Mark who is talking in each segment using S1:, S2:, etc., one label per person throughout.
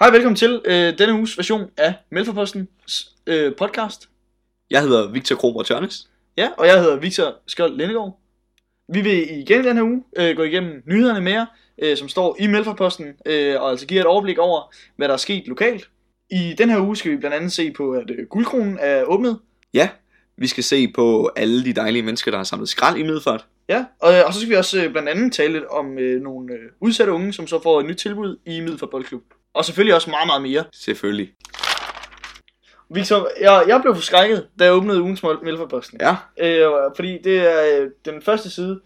S1: Hej, velkommen til øh, denne uges version af Melforpostens øh, podcast.
S2: Jeg hedder Victor Kromer Tørnes.
S1: Ja, og jeg hedder Victor Skjold Lindegård. Vi vil igen i den her uge øh, gå igennem nyhederne mere, øh, som står i Melforposten, øh, og altså give jer et overblik over, hvad der er sket lokalt. I den her uge skal vi blandt andet se på, at øh, guldkronen er åbnet.
S2: Ja, vi skal se på alle de dejlige mennesker, der har samlet skrald i Middelfart.
S1: Ja, og, øh, og så skal vi også øh, blandt andet tale lidt om øh, nogle øh, udsatte unge, som så får et nyt tilbud i Middelfart Boldklub. Og selvfølgelig også meget, meget mere.
S2: Selvfølgelig.
S1: Victor, jeg, jeg blev forskrækket, da jeg åbnede ugens Melforposten.
S2: Ja,
S1: Øh, fordi det er øh, den første side,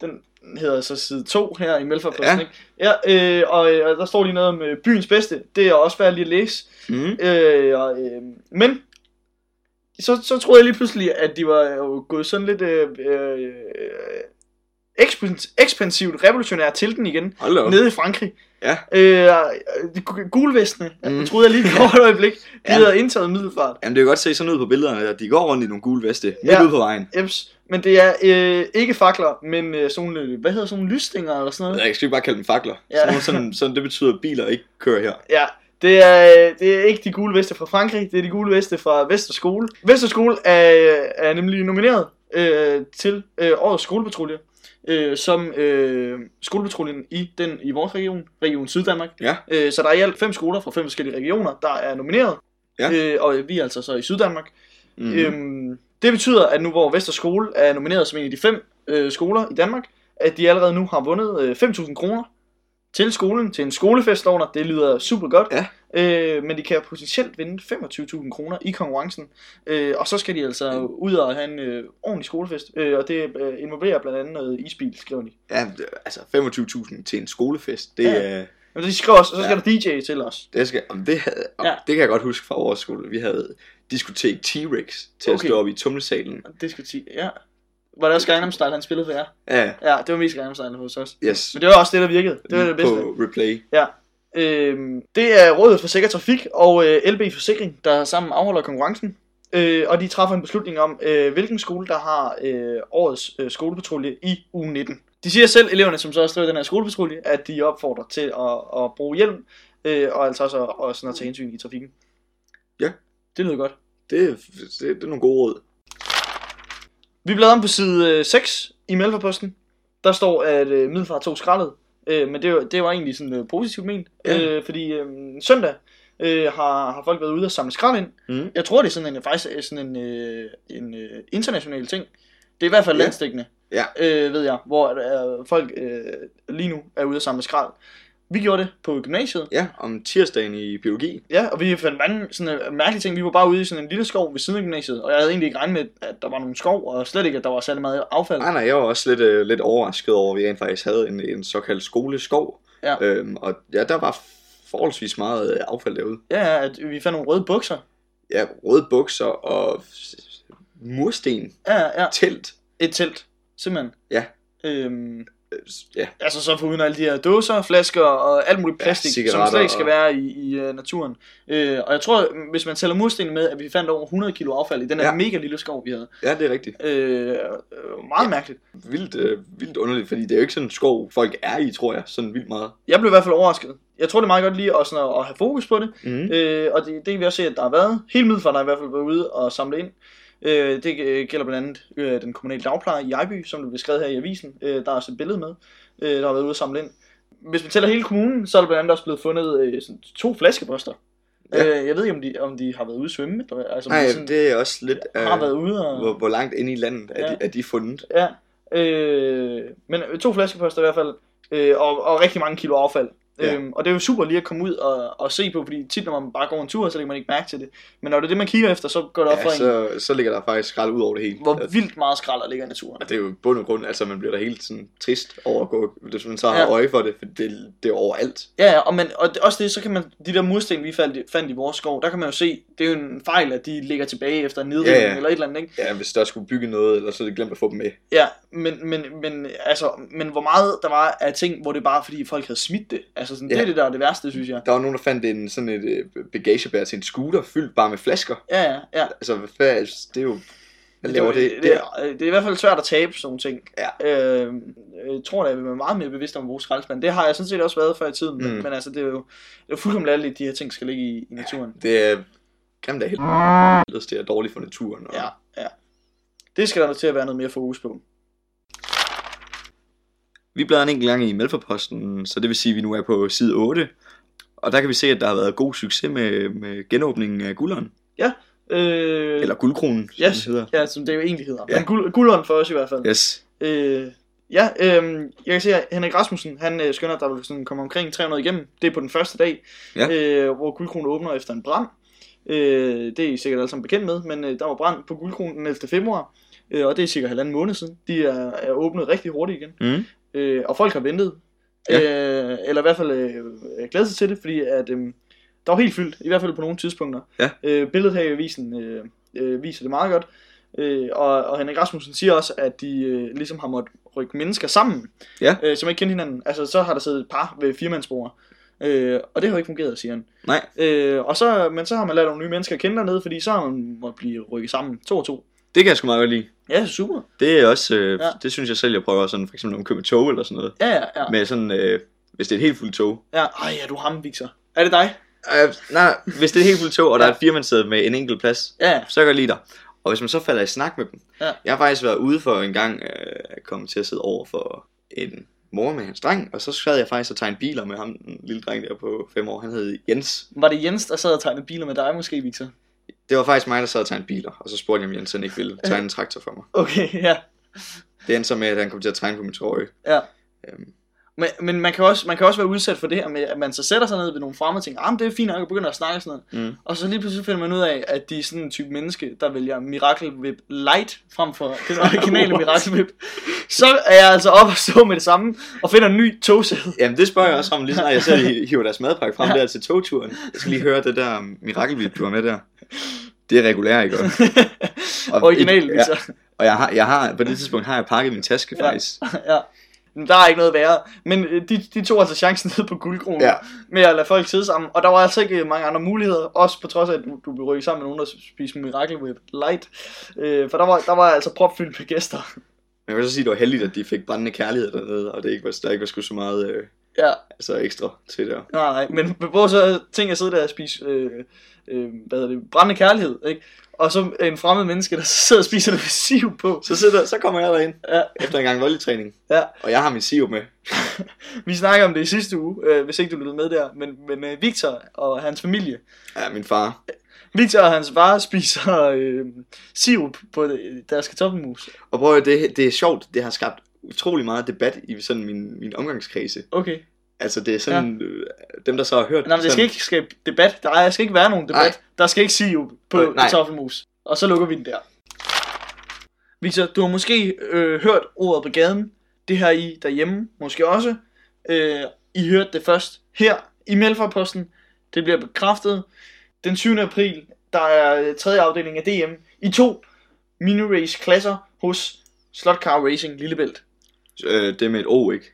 S1: den hedder så side 2 her i Melfordposten,
S2: Ja.
S1: ikke? Ja, øh, og, øh, og der står lige noget om øh, byens bedste, det er også værd lige at læse.
S2: mm.
S1: Øh, og, øh, men, så, så troede jeg lige pludselig, at de var jo gået sådan lidt øh, øh, ekspans- ekspansivt revolutionært til den igen,
S2: hold da op.
S1: nede i Frankrig.
S2: Ja.
S1: Øh, øh, de gu- gulvestene, mm.
S2: Mm.
S1: troede jeg lige et kort øjeblik, de
S2: Ja.
S1: havde indtaget middelfart.
S2: Jamen, det kan godt se sådan ud på billederne, at de går rundt i nogle gule veste, midt
S1: Ja.
S2: ude på vejen.
S1: Eps, men det er øh, ikke fakler, men øh, sådan nogle, hvad hedder sådan nogle lysstænger eller sådan noget?
S2: Jeg skal ikke bare kalde dem fakler.
S1: Ja.
S2: Ja. Sådan, sådan, sådan, det betyder, at biler ikke kører her.
S1: Ja, det er, øh, det er ikke de gule veste fra Frankrig, det er de gule veste fra Vesterskole. Vesterskole er, øh, er nemlig nomineret øh, til øh, årets skolepatrulje, øh, som øh, skolepatruljen i den i vores region, Region Syddanmark.
S2: Ja.
S1: Øh, så der er i alt fem skoler fra fem forskellige regioner, der er nomineret.
S2: Ja.
S1: Øh, og vi er altså så i Syddanmark.
S2: Mm.
S1: Mm. Øhm, det betyder, at nu hvor Vester Skole er nomineret som en af de fem øh, skoler i Danmark, at de allerede nu har vundet øh, 5.000 kroner til skolen, til en skolefest under. Det lyder super godt.
S2: Ja.
S1: Øh, men de kan potentielt vinde 25.000 kroner i konkurrencen. Øh, og så skal de altså
S2: Mm.
S1: ud og have en øh, ordentlig skolefest. Øh, og det øh, involverer blandt andet noget isbil, skriver de.
S2: Ja, det- altså 25.000 til en skolefest, det,
S1: Ja.
S2: ja.
S1: Men de skriver også, og så skal
S2: Ja.
S1: der DJ til os.
S2: det, skal, om det, havde, om,
S1: Ja.
S2: ja. det kan jeg godt huske fra vores skole. Vi havde diskotek T-Rex til okay. at
S1: Okay.
S2: stå op i tumlesalen.
S1: Og Det skal de, ja. Var det også Gangnam Style, han spillede for jer?
S2: Ja,
S1: Ja, det var mest Gangnam Style hos os.
S2: yes.
S1: Men det var også det, der virkede. Det var
S2: Lige
S1: det bedste.
S2: På replay.
S1: Øhm, det er Rådet for Sikker Trafik og øh, LB Forsikring, der sammen afholder konkurrencen. Øh, og de træffer en beslutning om, øh, hvilken skole, der har øh, årets øh, skolepatrulje i uge 19. De siger selv, eleverne, som så også driver den her skolepatrulje, at de opfordrer til at, at bruge hjelm, øh, og altså også at, og sådan at tage hensyn i trafikken.
S2: Ja.
S1: Det lyder godt.
S2: Det, det, det er nogle gode råd.
S1: Vi bladrer om på side øh, 6 i Melforposten. Der står, at øh, Middelfart tog skraldet. Øh, men det, var- det var egentlig sådan øh, positivt ment. Ja.
S2: Ja.
S1: Øh, fordi øh, søndag øh, har, har folk været ude og samle skrald ind.
S2: Mm.
S1: Jeg tror, det er sådan en, faktisk er sådan en, øh, en øh, international ting. Det er i hvert fald
S2: Ja.
S1: landstækkende,
S2: Ja.
S1: øh, ved jeg, hvor øh, folk øh, lige nu er ude og samle skrald. Vi gjorde det på gymnasiet,
S2: Ja, om tirsdagen i biologi.
S1: ja, og vi fandt mange sådan øh, mærkelige ting. Vi var bare ude i sådan en lille skov ved siden af gymnasiet, og jeg havde egentlig ikke regnet med, at der var nogen skov, og slet ikke, at der var særlig meget affald.
S2: Nej, nej, jeg var også lidt, øh, lidt overrasket over, at vi rent faktisk havde en, en såkaldt skoleskov.
S1: Ja.
S2: Øhm, og ja, der var forholdsvis meget øh, affald derude.
S1: Ja, ja, at vi fandt nogle røde bukser.
S2: Ja, røde bukser og s- mursten,
S1: Ja, ja, ja.
S2: telt.
S1: Et telt, simpelthen.
S2: Ja.
S1: Øhm,
S2: Øh, s- Ja,
S1: altså så foruden alle de her dåser, flasker og alt muligt
S2: Ja,
S1: plastik, ja, som
S2: cigaretter
S1: slet ikke skal
S2: og-
S1: være i, i øh, naturen. Øh, og jeg tror, hvis man tæller mursten med, at vi fandt over 100 kilo affald i den her ja.
S2: Ja.
S1: mega lille skov, vi havde.
S2: ja det er rigtigt.
S1: Øh, øh, meget ja. mærkeligt.
S2: Vildt, øh, vildt underligt, fordi det er jo ikke sådan en skov, folk er i, tror jeg, sådan vildt meget.
S1: Jeg blev i hvert fald overrasket. Jeg tror, det er meget godt lige at, sådan at, at have fokus på det.
S2: Mm.
S1: Øh, og det, det kan vi også se, at der har været. Hele Middelfart har i hvert fald været ude og samle ind. Øh, det øh, gælder blandt andet øh, den kommunale dagpleje i Ejby, som det blev skrevet her i avisen. Øh, der er også et billede med, øh, der har været ude og samle ind. Hvis man tæller hele kommunen, så er der blandt andet også blevet fundet øh, sådan to flaskeposter. Ja.
S2: Ja.
S1: Øh, jeg ved ikke, om de, om de har været ude at svømme. Eller, altså, om
S2: Nej,
S1: de sådan, det,
S2: det er også lidt, øh,
S1: har været ude og...
S2: hvor, hvor langt inde i landet er,
S1: Ja.
S2: de, er de fundet.
S1: Ja. Øh, men to flaskeposter i hvert fald, øh, og, og rigtig mange kilo affald. Ja.
S2: Ja.
S1: Øhm, og det er jo super lige at komme ud og, og se på, fordi tit når man bare går en tur, så lægger man ikke mærke til det. Men når det er det, man kigger efter, så går det op ja, for
S2: Ja,
S1: så... en,
S2: så, så ligger der faktisk skrald ud over det hele.
S1: hvor vildt meget skrald der ligger i naturen.
S2: Og det er jo i bund og grund, altså man bliver da helt sådan trist over at gå, hvis man så har
S1: Ja.
S2: ja. øje for det, for det, det er overalt.
S1: Ja, ja, og, man, og det, også det, så kan man, de der mursten, vi fandt, fandt i vores skov, der kan man jo se, det er jo en fejl, at de ligger tilbage efter en nedrivning ja,
S2: Ja,
S1: ja.
S2: ja.
S1: eller et eller andet, ikke?
S2: Ja, hvis der skulle bygge noget, eller så er det glemt at få dem med.
S1: Ja, men, men, men, altså, men hvor meget der var af ting, hvor det bare er, fordi folk havde smidt det. Altså sådan, ja. det
S2: Ja.
S1: er det, der er det værste, synes jeg.
S2: Der var nogen, der fandt en, sådan et øh, bagagebær til en scooter, fyldt bare med flasker.
S1: Ja, ja, ja.
S2: Altså, hvad fanden, det er jo Jeg laver det,
S1: det,
S2: det,
S1: er, det er i hvert fald svært at tabe sådan nogle ting.
S2: Ja.
S1: Øh, jeg tror da, jeg vil være meget mere bevidst om at bruge skraldespand. Det har jeg sådan set også været før i tiden, mm.
S2: Mm.
S1: men altså, det er jo det er jo fuldkommen latterligt, at de her ting skal ligge i, i naturen.
S2: det er grimt af helvede. Det er dårligt for naturen. Og
S1: Ja, ja. Det skal der nok til at være noget mere fokus på.
S2: Vi bladrer en enkelt gang i Malforposten, så det vil sige, at vi nu er på side 8. Og der kan vi se, at der har været god succes med, med genåbningen af gulderen.
S1: Øh,
S2: Eller guldkronen, som
S1: Yes.
S2: yes. hedder.
S1: Ja, som det jo egentlig hedder. Ja.
S2: Ja.
S1: Men guld, guldånd for os i hvert fald.
S2: Yes.
S1: Øh, ja, øh, jeg kan se, at Henrik Rasmussen, han øh, skønner, at der vil sådan komme omkring 300 igennem. Det er på den første dag,
S2: Ja.
S1: øh, hvor guldkronen åbner efter en brand. Øh, det er I sikkert alle sammen bekendt med, men øh, der var brand på guldkronen den 11. februar. Øh, og det er cirka halvanden måned siden. De er, er åbnet rigtig hurtigt igen.
S2: Mm.
S1: Øh, og folk har ventet.
S2: Ja.
S1: Øh, eller i hvert fald øh, glædet sig til det, fordi at, øh, der var helt fyldt, i hvert fald på nogle tidspunkter.
S2: Ja.
S1: Øh, billedet her i avisen øh, øh, viser det meget godt. Øh, og, og Henrik Rasmussen siger også, at de øh, ligesom har måttet rykke mennesker sammen,
S2: Ja.
S1: øh, som ikke kendte hinanden. Altså, så har der siddet et par ved firmandsbord. Øh, og det har jo ikke fungeret, siger han.
S2: Nej.
S1: Øh, og så, men så har man lært nogle nye mennesker at kende dernede, fordi så har man måttet blive rykket sammen to og to.
S2: Det kan jeg sgu meget godt lide.
S1: Ja, super.
S2: Det er også, øh,
S1: Ja.
S2: ja. det synes jeg selv, jeg prøver sådan, for eksempel når man køber tog eller sådan noget.
S1: Ja, ja, ja.
S2: Med sådan, øh, hvis det er et helt fuldt tog.
S1: ja. Ej, er du ham, Victor? Er det dig?
S2: Øh, nej, hvis det er et helt fuldt tog, og der
S1: Ja.
S2: er et firmandssæde med en enkelt plads,
S1: Ja,
S2: så kan jeg lide dig. Og hvis man så falder i snak med dem.
S1: Ja.
S2: Jeg har faktisk været ude for en gang, øh, kommet til at sidde over for en mor med hans dreng, og så sad jeg faktisk og tegnede biler med ham, den lille dreng der på 5 år, han hed Jens.
S1: Var det Jens, der sad og tegnede biler med dig måske, Victor?
S2: Det var faktisk mig, der sad og tegnede biler, og så spurgte jeg, om Jens han ikke ville tegne en traktor for mig.
S1: Okay, ja.
S2: Det endte så med, at han kom til at tegne på min trøje.
S1: Ja.
S2: Øhm,
S1: Men, men man, kan også, man kan også være udsat for det her med, at man så sætter sig ned ved nogle fremmede og tænker, ah, men det er fint nok, og begynder at snakke sådan noget.
S2: mm.
S1: Og så lige pludselig finder man ud af, at de er sådan en type menneske, der vælger Miracle Whip Light frem for den originale
S2: What?
S1: Miracle Whip. Så er jeg altså op og stå med det samme, og finder en ny togsæde.
S2: Jamen det spørger jeg også om, lige snart jeg selv hiver deres madpakke frem der til togturen. Jeg skal lige høre det der mirakelvip, du har med der. Det er regulært, ikke? også? Og-
S1: Original,
S2: ja,
S1: Victor.
S2: Og jeg har, jeg har, på det tidspunkt har jeg pakket min taske
S1: Ja.
S2: faktisk.
S1: Ja. Men Der er ikke noget værre. Men øh, de, de tog altså chancen ned på guldkronen ja.
S2: Ja.
S1: med at lade folk sidde sammen. Og der var altså ikke øh, mange andre muligheder. Også på trods af, at du, du blev rykket sammen med nogen, der spiste Miracle Whip Light. Øh, for der var, der var altså propfyldt med gæster.
S2: Men jeg vil så sige, at det var heldigt, at de fik brændende kærlighed dernede, og det ikke var, der ikke var sgu så meget øh,
S1: Ja,
S2: altså ekstra til der.
S1: nej, nej. Men hvor så ting at sidde der og spise, øh, øh, hvad hedder det, brændende kærlighed, ikke? Og så en fremmed menneske, der sidder og spiser noget siv på.
S2: Så, sidder, så kommer jeg derind
S1: Ja.
S2: efter en gang voldtræning,
S1: Ja.
S2: og jeg har min sirup med.
S1: Vi snakkede om det i sidste uge, øh, hvis ikke du lyttede med der. Men, men øh, Victor og hans familie,
S2: Ja, min far.
S1: Victor og hans far spiser øh, sirup på øh, deres kartoffelmus.
S2: Og prøv at høre, det, det er sjovt, det har skabt utrolig meget debat i sådan min, min omgangskredse.
S1: Okay.
S2: Altså det er sådan, ja. øh, dem der så har hørt
S1: Nej, men det skal
S2: sådan,
S1: ikke skabe debat. Der er- skal ikke være nogen debat. Nej. Der skal ikke sirup på
S2: Øh, nej.
S1: kartoffelmus. Og så lukker vi den der. Victor, du har måske øh, hørt ordet på gaden. Det her I derhjemme måske også. Øh, I hørte det først her i Melfarposten. Det bliver bekræftet. Den 7. april, der er øh, tredje afdeling af DM i to mini-race klasser hos Slotcar Racing Lillebælt.
S2: øh, det er med et O, ikke?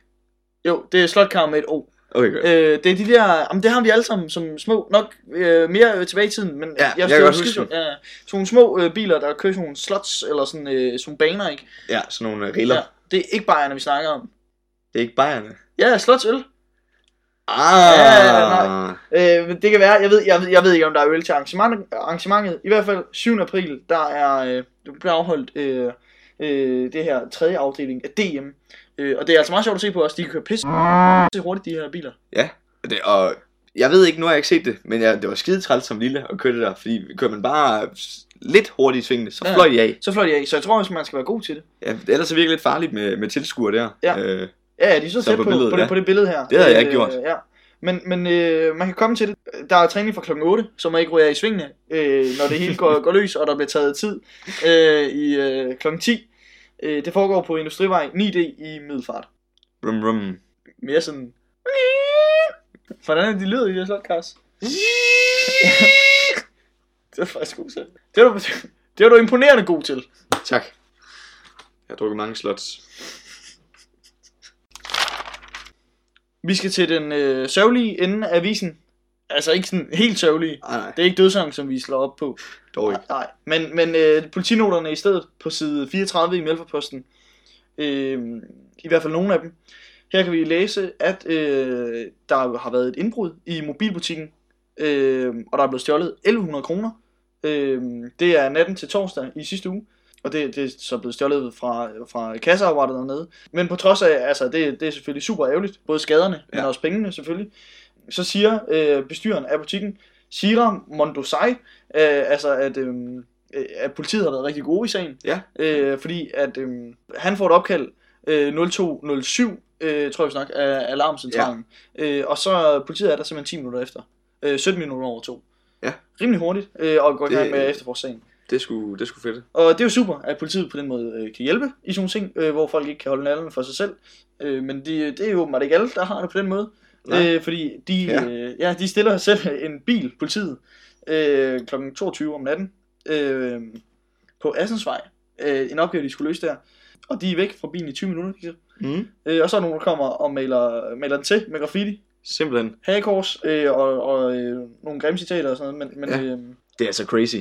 S1: Jo, det er Slotcar med et O.
S2: Okay, godt.
S1: Øh, det er de der, jamen det har vi alle sammen som små, nok øh, mere øh, tilbage i tiden, men
S2: Ja, jeg kan
S1: kan
S2: godt huske
S1: sådan, ja, sådan nogle små øh, biler, der kører sådan nogle slots, eller sådan, øh, sådan nogle baner, ikke?
S2: Ja, sådan nogle øh, riller.
S1: Ja,
S2: Ja.
S1: det er ikke bajerne, vi snakker om.
S2: Det er ikke bajerne.
S1: Ja, slotsøl.
S2: Ah,
S1: Ja, nej. Øh, men det kan være, jeg ved, jeg, ved, jeg ved ikke, om der er øl til arrangement, arrangementet. I hvert fald 7. april, der er øh, der bliver afholdt øh, øh, det her tredje afdeling af DM. Øh, og det er altså meget sjovt at se på os, de kører pisse hurtigt, de her biler.
S2: Det, og jeg ved ikke, nu har jeg ikke set det, men jeg, det var skide træls som lille at køre det der, fordi kører man bare lidt hurtigt i svingene, så
S1: Ja.
S2: fløj de af.
S1: Så flot de af, så jeg tror også, man skal være god til det.
S2: Ja, ellers er det virkelig lidt farligt med, med tilskuer der.
S1: Ja.
S2: Øh,
S1: Ja, ja, de er så,
S2: Så
S1: tæt på, på,
S2: på billedet,
S1: det,
S2: ja.
S1: på det billede her. Øh,
S2: Det havde jeg ikke gjort.
S1: Ja. Men, men øh, man kan komme til det. Der er træning fra klokken 8, så man ikke ryger i svingene, øh, når det hele går, går løs, og der bliver taget tid øh, i øh, klokken 10. Øh, det foregår på Industrivej 9D i Middelfart.
S2: rum, rum.
S1: Mere sådan... Hvordan er de lyder i det slot, Kars? Det er faktisk god til. Det var, du, det var du imponerende god til.
S2: Tak. Jeg har drukket mange slots.
S1: Vi skal til den øh, sørgelige ende af avisen. altså ikke sådan helt sørgelige.
S2: Nej, nej,
S1: Det er ikke dødsang, som vi slår op på.
S2: dog ikke.
S1: Nej, nej. Men, men øh, politinoterne i stedet på side 34 i Mælferposten, øh, i hvert fald nogle af dem, her kan vi læse, at øh, der har været et indbrud i mobilbutikken, øh, og der er blevet stjålet 1100 kroner. Øh, det er natten til torsdag i sidste uge, og det, det er så blevet stjålet fra, fra kasseapparatet dernede. Men på trods af, altså det, det er selvfølgelig super ærgerligt, både skaderne, ja. men
S2: Ja.
S1: også pengene selvfølgelig, så siger øh, bestyren af butikken, Shira Mondosai, Øh, altså at, øh, at politiet har været rigtig gode i sagen.
S2: Ja.
S1: Øh, fordi at øh, han får et opkald øh, 0207, øh, tror jeg vi snakker, af alarmcentralen. Ja. Øh, og så er politiet er der simpelthen 10 minutter efter. Øh, 17 minutter over to.
S2: Ja.
S1: Rimelig hurtigt, øh, og går i
S2: Det-
S1: gang med at efterforske sagen.
S2: Det skulle, det skulle fedt.
S1: Og det er jo super, at politiet på den måde øh, kan hjælpe i sådan nogle ting, øh, hvor folk ikke kan holde nallerne for sig selv. Øh, men de, det er jo åbenbart ikke alle, der har det på den måde.
S2: Nej.
S1: Øh, fordi de, ja.
S2: Ja.
S1: Øh, ja, de stiller selv en bil, politiet, øh, kl. 22 om natten øh, på Assensvej. Øh, en opgave, de skulle løse der. Og de er væk fra bilen i 20 minutter. Ikke?
S2: Mm.
S1: Øh, og så er der nogen, der kommer og maler, maler den til med graffiti,
S2: Simpelthen.
S1: hagekors øh, og, og øh, nogle grimme citater og sådan noget. Men, men ja.
S2: Ja.
S1: Øh,
S2: Det er så crazy.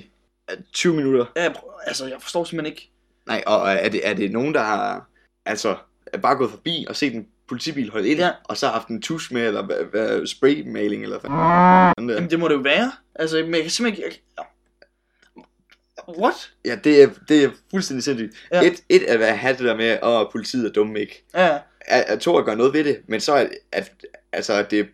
S2: At 20 minutter.
S1: ja, prøv- altså, jeg forstår simpelthen ikke.
S2: Nej, og er det, er det nogen, der har altså, er bare gået forbi og set en politibil holde ind,
S1: Ja.
S2: ja. og så har haft en tusch med, eller hvad, hvad, spraymaling, eller hvad fanden der.
S1: Jamen det må det jo være. Altså, men jeg kan simpelthen ikke... Jeg... What?
S2: Ja, det er, det er fuldstændig sindssygt.
S1: Ja.
S2: Ja. Et, et at være- have det der med, at politiet er dumme, ikke?
S1: Ja,
S2: At, at to at gøre noget ved det, men så at, at, altså, at det er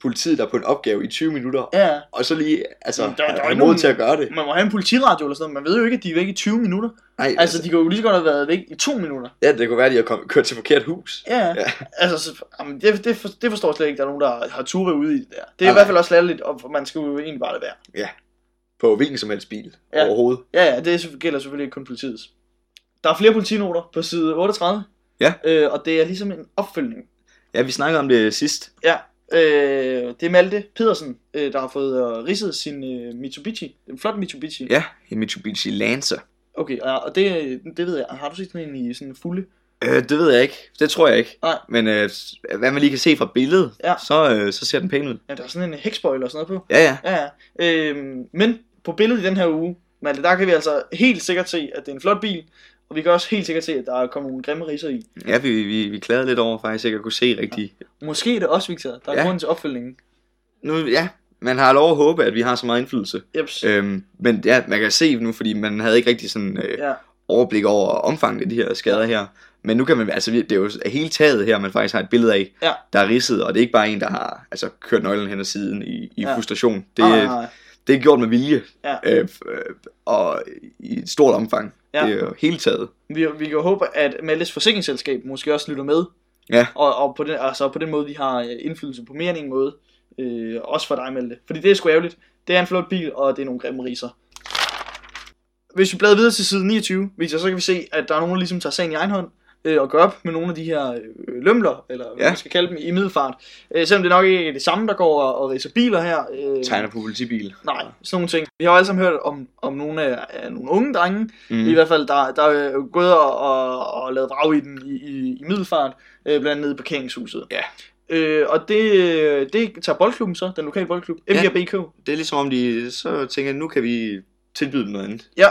S2: politiet, der er på en opgave i 20 minutter,
S1: ja.
S2: og så lige altså,
S1: Jamen, der- der er
S2: have
S1: ikke
S2: mod
S1: nogen-
S2: til at gøre det.
S1: Man må have en politiradio eller sådan noget. Man ved jo ikke, at de er væk i 20 minutter.
S2: Nej, altså,
S1: Altså, de kunne jo lige så godt have været væk i to minutter.
S2: ja, det kunne være, at de har kommet- kørt til forkert hus.
S1: Ja,
S2: Ja.
S1: altså, så, jamen, det, det, for, det forstår jeg slet ikke, der er nogen, der har ture ude i det der. Det er i
S2: Nej.
S1: hvert fald også latterligt, og for- man skal jo egentlig bare lade være.
S2: På hvilken som helst bil
S1: Ja.
S2: ja. overhovedet.
S1: Ja, ja, det er selvfø- gælder selvfølgelig ikke kun politiets. Der er flere politinoter på side 38.
S2: Ja.
S1: Øh, og det er ligesom en opfølgning.
S2: Ja, vi snakkede om det sidst.
S1: Øh, det er Malte Pedersen, øh, der har fået øh, ridset sin øh, Mitsubishi. En flot Mitsubishi.
S2: Ja, en Mitsubishi Lancer.
S1: Okay, og, og det, det ved jeg. Har du set sådan en i sådan fulde?
S2: Øh, det ved jeg ikke. Det tror jeg ikke.
S1: Nej.
S2: Men øh, hvad man lige kan se fra billedet,
S1: Ja.
S2: så, øh, så ser den pæn ud.
S1: Ja, der er sådan en hækspoil og sådan noget på.
S2: Ja, ja.
S1: Ja, ja. Øhm, men på billedet i den her uge, Malte, der kan vi altså helt sikkert se, at det er en flot bil. Og vi kan også helt sikkert se, at der er kommet nogle grimme riser i.
S2: Ja, vi, vi, vi klagede lidt over faktisk ikke at kunne se rigtigt. Ja.
S1: Måske er det også, Victor, der er ja.
S2: Ja.
S1: grund til opfølgningen.
S2: Nu, ja, man har lov at håbe, at vi har så meget indflydelse.
S1: Jeps. Øh.
S2: Øhm, men ja, man kan se nu, fordi man havde ikke rigtig sådan øh,
S1: Ja.
S2: ja. overblik over omfanget af de her skader her. Men nu kan man, altså vi- det er jo hele taget her, man faktisk har et billede af,
S1: Ja.
S2: der er ridset, og det er ikke bare en, der har altså, kørt nøglen hen ad siden i, i
S1: Ja.
S2: ja. frustration. Det,
S1: Ah, nej, nej, nej.
S2: det er gjort med vilje,
S1: Ja.
S2: øh, f- øh, og i et stort omfang.
S1: Ja.
S2: Ja. Det er jo hele taget.
S1: Vi, vi kan jo håbe, at Maltes forsikringsselskab måske også lytter med.
S2: Ja.
S1: Og, og på, den, altså på den måde, vi har øh, indflydelse på mere end en måde. Øh, også for dig, Malte. Fordi det er sgu ærgerligt. Det er en flot bil, og det er nogle grimme riser. Hvis vi bladrer videre til side 29, Victor, så kan vi se, at der er nogen, der ligesom tager sagen i egen hånd øh, og gør op med nogle af de her øh, lømler, eller hvad
S2: Ja.
S1: man skal kalde dem, i middelfart. Øh, selvom det nok ikke er det samme, der går og, og riser biler her. Øh,
S2: Tegner på politibil.
S1: Nej, sådan nogle ting. Vi har jo alle sammen hørt om, om nogle af, af nogle unge drenge, Mm. I
S2: Mm.
S1: hvert fald, der, der er jo gået og, og, og lavet vrag i den i, i, i middelfart, øh, blandt andet nede i parkeringshuset.
S2: Ja.
S1: Øh, og det, det tager boldklubben så, den lokale boldklub,
S2: Ja.
S1: MGBK. Ja.
S2: Det er ligesom om de så tænker, nu kan vi tilbyde dem noget andet.
S1: ja.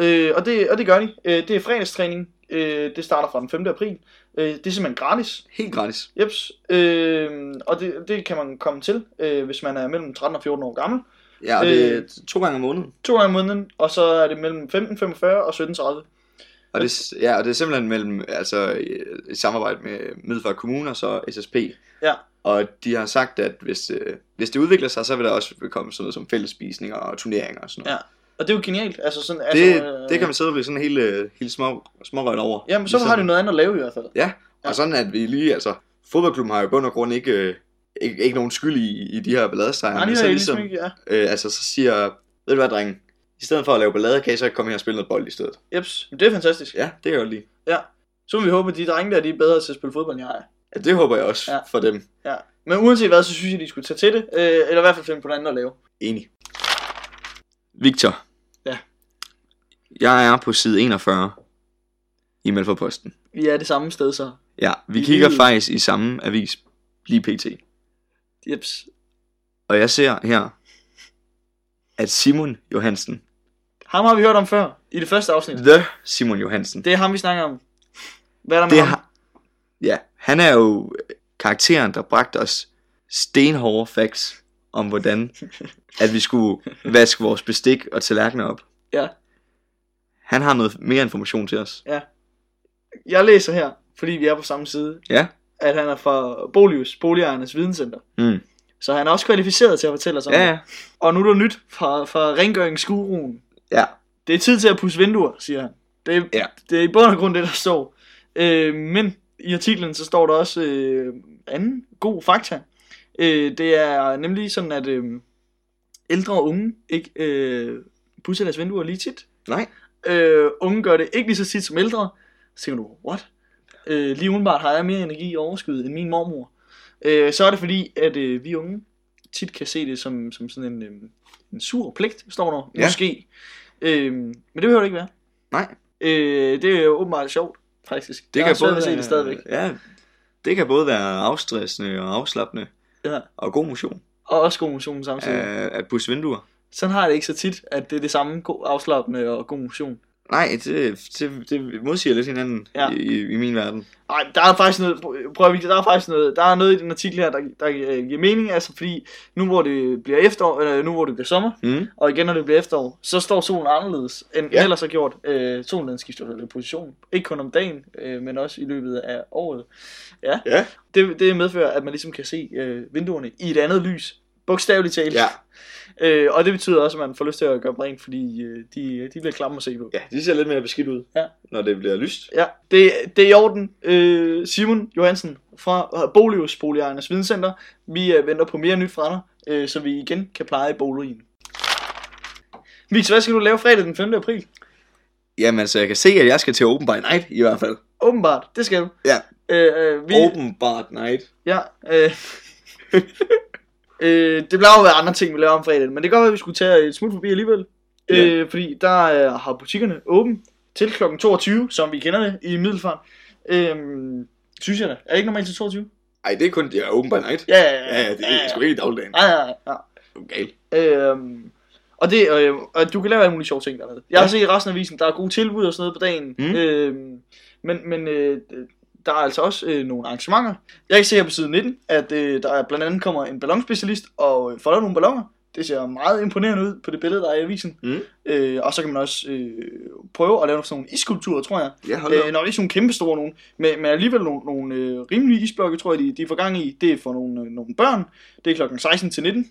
S1: Øh, og, det, og det gør de. Øh, det er fredagstræning. Øh, det starter fra den 5. april. Øh, det er simpelthen gratis.
S2: Helt gratis.
S1: Jeps. Øh, og det, det kan man komme til, øh, hvis man er mellem 13 og 14 år gammel.
S2: Ja, og det
S1: Øh.
S2: er to gange om måneden.
S1: To gange om måneden, og så er det mellem 15.45 og 17.30.
S2: Og det, ja, og det er simpelthen mellem, altså øh, i samarbejde med Middelfart Kommune og så SSP.
S1: Ja.
S2: Og de har sagt, at hvis, øh, hvis det udvikler sig, så vil der også komme sådan noget som fællesspisninger og turneringer og sådan noget.
S1: Ja, Og det er jo genialt. Altså sådan,
S2: det,
S1: altså, øh,
S2: det kan man sidde og blive sådan helt, øh, helt små, smårødt over. Ligesom-
S1: Jamen, så har de noget andet at lave i hvert fald. ja.
S2: Og sådan at vi lige, altså, fodboldklubben har jo i bund og grund ikke, øh, ikke, ikke nogen skyld i, i de her balladestejre.
S1: Nej,
S2: men
S1: det
S2: så
S1: er ligesom ikke, ja.
S2: øh, altså, så siger, ved du hvad, drenge, i stedet for at lave ballader, kan I så komme her og spille noget bold i stedet.
S1: Jeps, men det er fantastisk.
S2: Ja, det kan jeg godt lide.
S1: Så må vi håbe, at de drenge der, de er bedre til at spille fodbold, end jeg er.
S2: Ja, det håber jeg også
S1: Ja.
S2: ja. for dem.
S1: Men uanset hvad, så synes jeg, de skulle tage til det. Øh, eller i hvert fald finde på noget andet at lave.
S2: Enig. Victor.
S1: Ja.
S2: Jeg er på side 41 i Melforposten.
S1: Vi er det samme sted, så.
S2: Ja, vi
S1: I
S2: kigger
S1: hele-
S2: faktisk i samme avis lige pt.
S1: Jeps.
S2: Og jeg ser her, at Simon Johansen,
S1: Ham har vi hørt om før, i det første afsnit.
S2: The Simon Johansen,
S1: Det er ham, vi snakker om. Hvad er der med
S2: det
S1: ham?
S2: har, ja, han er jo øh, karakteren, der bragte os stenhårde facts om, hvordan at vi skulle vaske vores bestik og tallerkener op.
S1: Ja.
S2: Han har noget mere information til os.
S1: Jeg læser her, fordi vi er på samme side,
S2: Ja.
S1: at han er fra Bolius, Boligejernes Videnscenter.
S2: Mm.
S1: Så han er også kvalificeret til at fortælle os om
S2: Ja,
S1: det.
S2: ja.
S1: Og nu er der nyt fra, fra rengøringsguruen.
S2: Ja.
S1: Det er tid til at pusse vinduer, siger han. Det er,
S2: Ja.
S1: det er i bund og grund det, der står. Øh, men i artiklen, så står der også øh, anden god fakta. Øh, det er nemlig sådan, at øh, ældre og unge ikke øh, pudser deres vinduer lige tit.
S2: Nej.
S1: Øh, unge gør det ikke lige så tit som ældre. Så tænker du, what? Øh, lige udenbart har jeg mere energi i overskud end min mormor. Øh, så er det fordi, at øh, vi unge tit kan se det som, som sådan en, øh, en sur pligt, står der.
S2: Ja.
S1: Måske. Øh, men det behøver det ikke være.
S2: Nej.
S1: Øh, det er jo åbenbart sjovt, faktisk.
S2: Det
S1: jeg
S2: kan
S1: har svært
S2: både
S1: ved at se
S2: være,
S1: det stadigvæk.
S2: Ja, det kan både være afstressende og afslappende
S1: Ja.
S2: og god motion
S1: Og også god motion samtidig. Øh.
S2: øh, at pusse vinduer.
S1: Sådan har jeg det ikke så tit, at det er det samme god, afslappende og god motion.
S2: Nej, det, det, det modsiger lidt hinanden
S1: Ja.
S2: ja. i, i min verden.
S1: Nej, der er faktisk noget, prøv at Victor, der er faktisk noget, der er noget i den artikel her, der, der øh, giver mening, altså fordi nu hvor det bliver efterår, eller nu hvor det bliver sommer,
S2: Mm.
S1: og igen når det bliver efterår, så står solen anderledes, end ja.
S2: Ja.
S1: ellers har gjort. Øh, solen den skifter lidt position, ikke kun om dagen, øh, men også i løbet af året. Ja.
S2: Ja.
S1: Det, det medfører, at man ligesom kan se øh, vinduerne i et andet lys, bogstaveligt talt.
S2: Ja.
S1: Øh, og det betyder også, at man får lyst til at gøre dem rent, fordi øh, de, de bliver klamme at se på.
S2: ja, de ser lidt mere beskidt ud,
S1: Ja.
S2: når det bliver lyst.
S1: Ja, det, det er i orden. Øh, Simon Johansen fra øh, Bolius Boligejernes Videnscenter. Vi øh, venter på mere nyt fra dig, øh, så vi igen kan pleje boligen. Vix, hvad skal du lave fredag den 5. april?
S2: Jamen, altså, jeg kan se, at jeg skal til Open by Night, i hvert fald.
S1: Åbenbart, det skal du.
S2: Ja.
S1: Øh, øh, vi,
S2: Vi... Open Bar Night.
S1: ja, øh, øh, det plejer jo at være andre ting, vi laver om fredagen, men det kan godt være, at vi skulle tage et smut forbi alligevel.
S2: Ja.
S1: Øh, fordi der øh, har butikkerne åben til kl. 22, som vi kender det i Middelfart. Øh, synes jeg da. Er det ikke normalt til 22?
S2: Ej, det er kun ja, Open by Night.
S1: Ja, ja,
S2: Ja, det er sgu ikke i dagligdagen.
S1: Ja, ja, ja.
S2: Du er gal.
S1: Øhm, og det, øh, og du kan lave alle mulige sjove ting dernede. Jeg har
S2: Ja.
S1: set i resten af avisen, der er gode tilbud og sådan noget på dagen.
S2: Mm.
S1: Øhm, men men øh, der er altså også øh, nogle arrangementer. Jeg kan se her på side 19, at øh, der er blandt andet kommer en ballonspecialist og øh, folder nogle balloner. Det ser meget imponerende ud på det billede, der er i avisen.
S2: Mm.
S1: Øh, og så kan man også øh, prøve at lave sådan nogle iskulpturer, tror jeg.
S2: Ja, hold
S1: Øh,
S2: da.
S1: nok ikke sådan nogle kæmpe store nogen, men, men alligevel nogle, nogle øh, rimelige isblokke, tror jeg, de, de får gang i. Det er for nogle, øh, nogle børn. Det er klokken 16 til 19.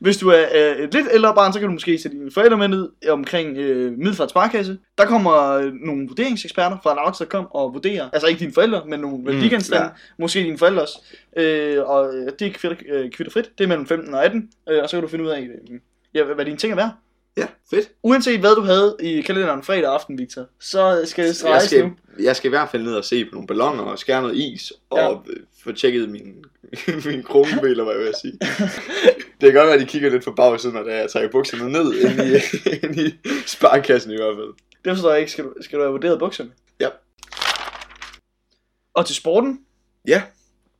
S1: Hvis du er øh, et lidt ældre barn, så kan du måske sætte dine forældre med ned omkring øh, Middelfart Sparkasse. Der kommer øh, nogle vurderingseksperter fra Lauts, der kom og vurderer. Altså ikke dine forældre, men nogle værdigenstande.
S2: Mm, ja.
S1: Måske dine forældre også. Øh, og øh, det er kvitter, øh, kvitterfrit. Det er mellem 15 og 18. Øh, og så kan du finde ud af, øh, ja, hvad- hvad dine ting er værd.
S2: Ja, fedt.
S1: Uanset hvad du havde i kalenderen fredag aften, Victor, så skal det
S2: Jeg
S1: streges nu.
S2: skal, jeg skal i hvert fald ned og se på nogle ballonger og skære noget is og ja. få tjekket min, min kronjuvel, eller hvad jeg vil sige. Det kan godt være, at de kigger lidt forbavset, når det er, jeg trækker bukserne ned ind i, ind i sparkassen i hvert fald.
S1: Det forstår jeg ikke. Skal du, skal du have vurderet bukserne?
S2: Ja.
S1: Og til sporten?
S2: Ja.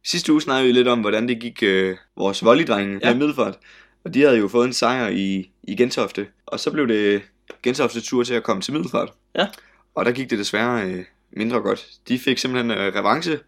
S2: Sidste uge snakkede vi lidt om, hvordan det gik øh, vores volleydrenge ja.
S1: Ja.
S2: her i Middelfart. Og de havde jo fået en sejr i, i Gentofte. Og så blev det Gentofte tur til at komme til Middelfart.
S1: Ja.
S2: Og der gik det desværre øh, mindre godt. De fik simpelthen øh, revanche.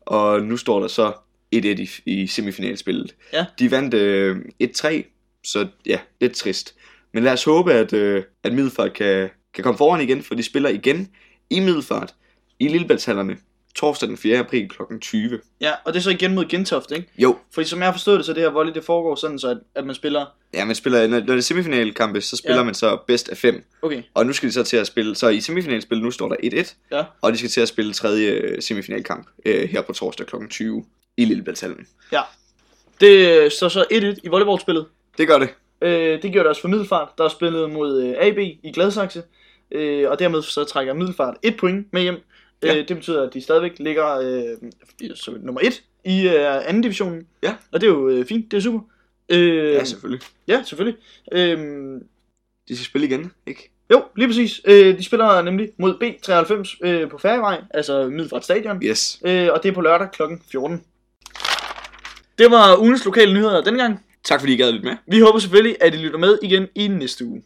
S2: Og nu står der så 1-1 i, i semifinalspillet.
S1: Ja.
S2: De vandt øh, 1-3. Så ja, lidt trist. Men lad os håbe, at, øh, at Middelfart kan, kan komme foran igen, for de spiller igen i Middelfart i Lillebæltshallerne torsdag den 4. april kl. 20.
S1: Ja, og det er så igen mod Gentofte, ikke?
S2: Jo,
S1: Fordi som jeg har forstået det, så det her volley, det foregår sådan, så at, at man spiller...
S2: ja, man spiller, når, når det er semifinalkampe, så spiller
S1: Ja.
S2: ja. man så bedst af fem.
S1: Okay,
S2: Og nu skal de så til at spille, så i semifinalspillet nu står der 1-1,
S1: Ja.
S2: og de skal til at spille tredje øh, semifinalkamp øh, her på torsdag kl. 20 i Lillebæltshallen.
S1: det øh, står så 1-1 i volleyballspillet.
S2: Det gør det.
S1: Øh, det gjorde det også for Middelfart, der er spillet mod øh, AB i Gladsaxe. Øh, og dermed så trækker Middelfart et point med hjem.
S2: Ja.
S1: Øh, det betyder, at de stadigvæk ligger øh, som nummer 1 i øh, anden divisionen.
S2: Ja.
S1: Og det er jo øh, fint, det er super. Øh,
S2: Ja, selvfølgelig.
S1: ja, selvfølgelig. Øh,
S2: De skal spille igen, ikke?
S1: Jo, lige præcis. Øh, de spiller nemlig mod B93 øh, på Færgevej, altså Middelfart Stadion.
S2: Yes.
S1: Øh, og det er på lørdag kl. 14. Det var ugens lokale nyheder dengang.
S2: Tak fordi I gad lidt med.
S1: Vi håber selvfølgelig, at I lytter med igen i næste uge.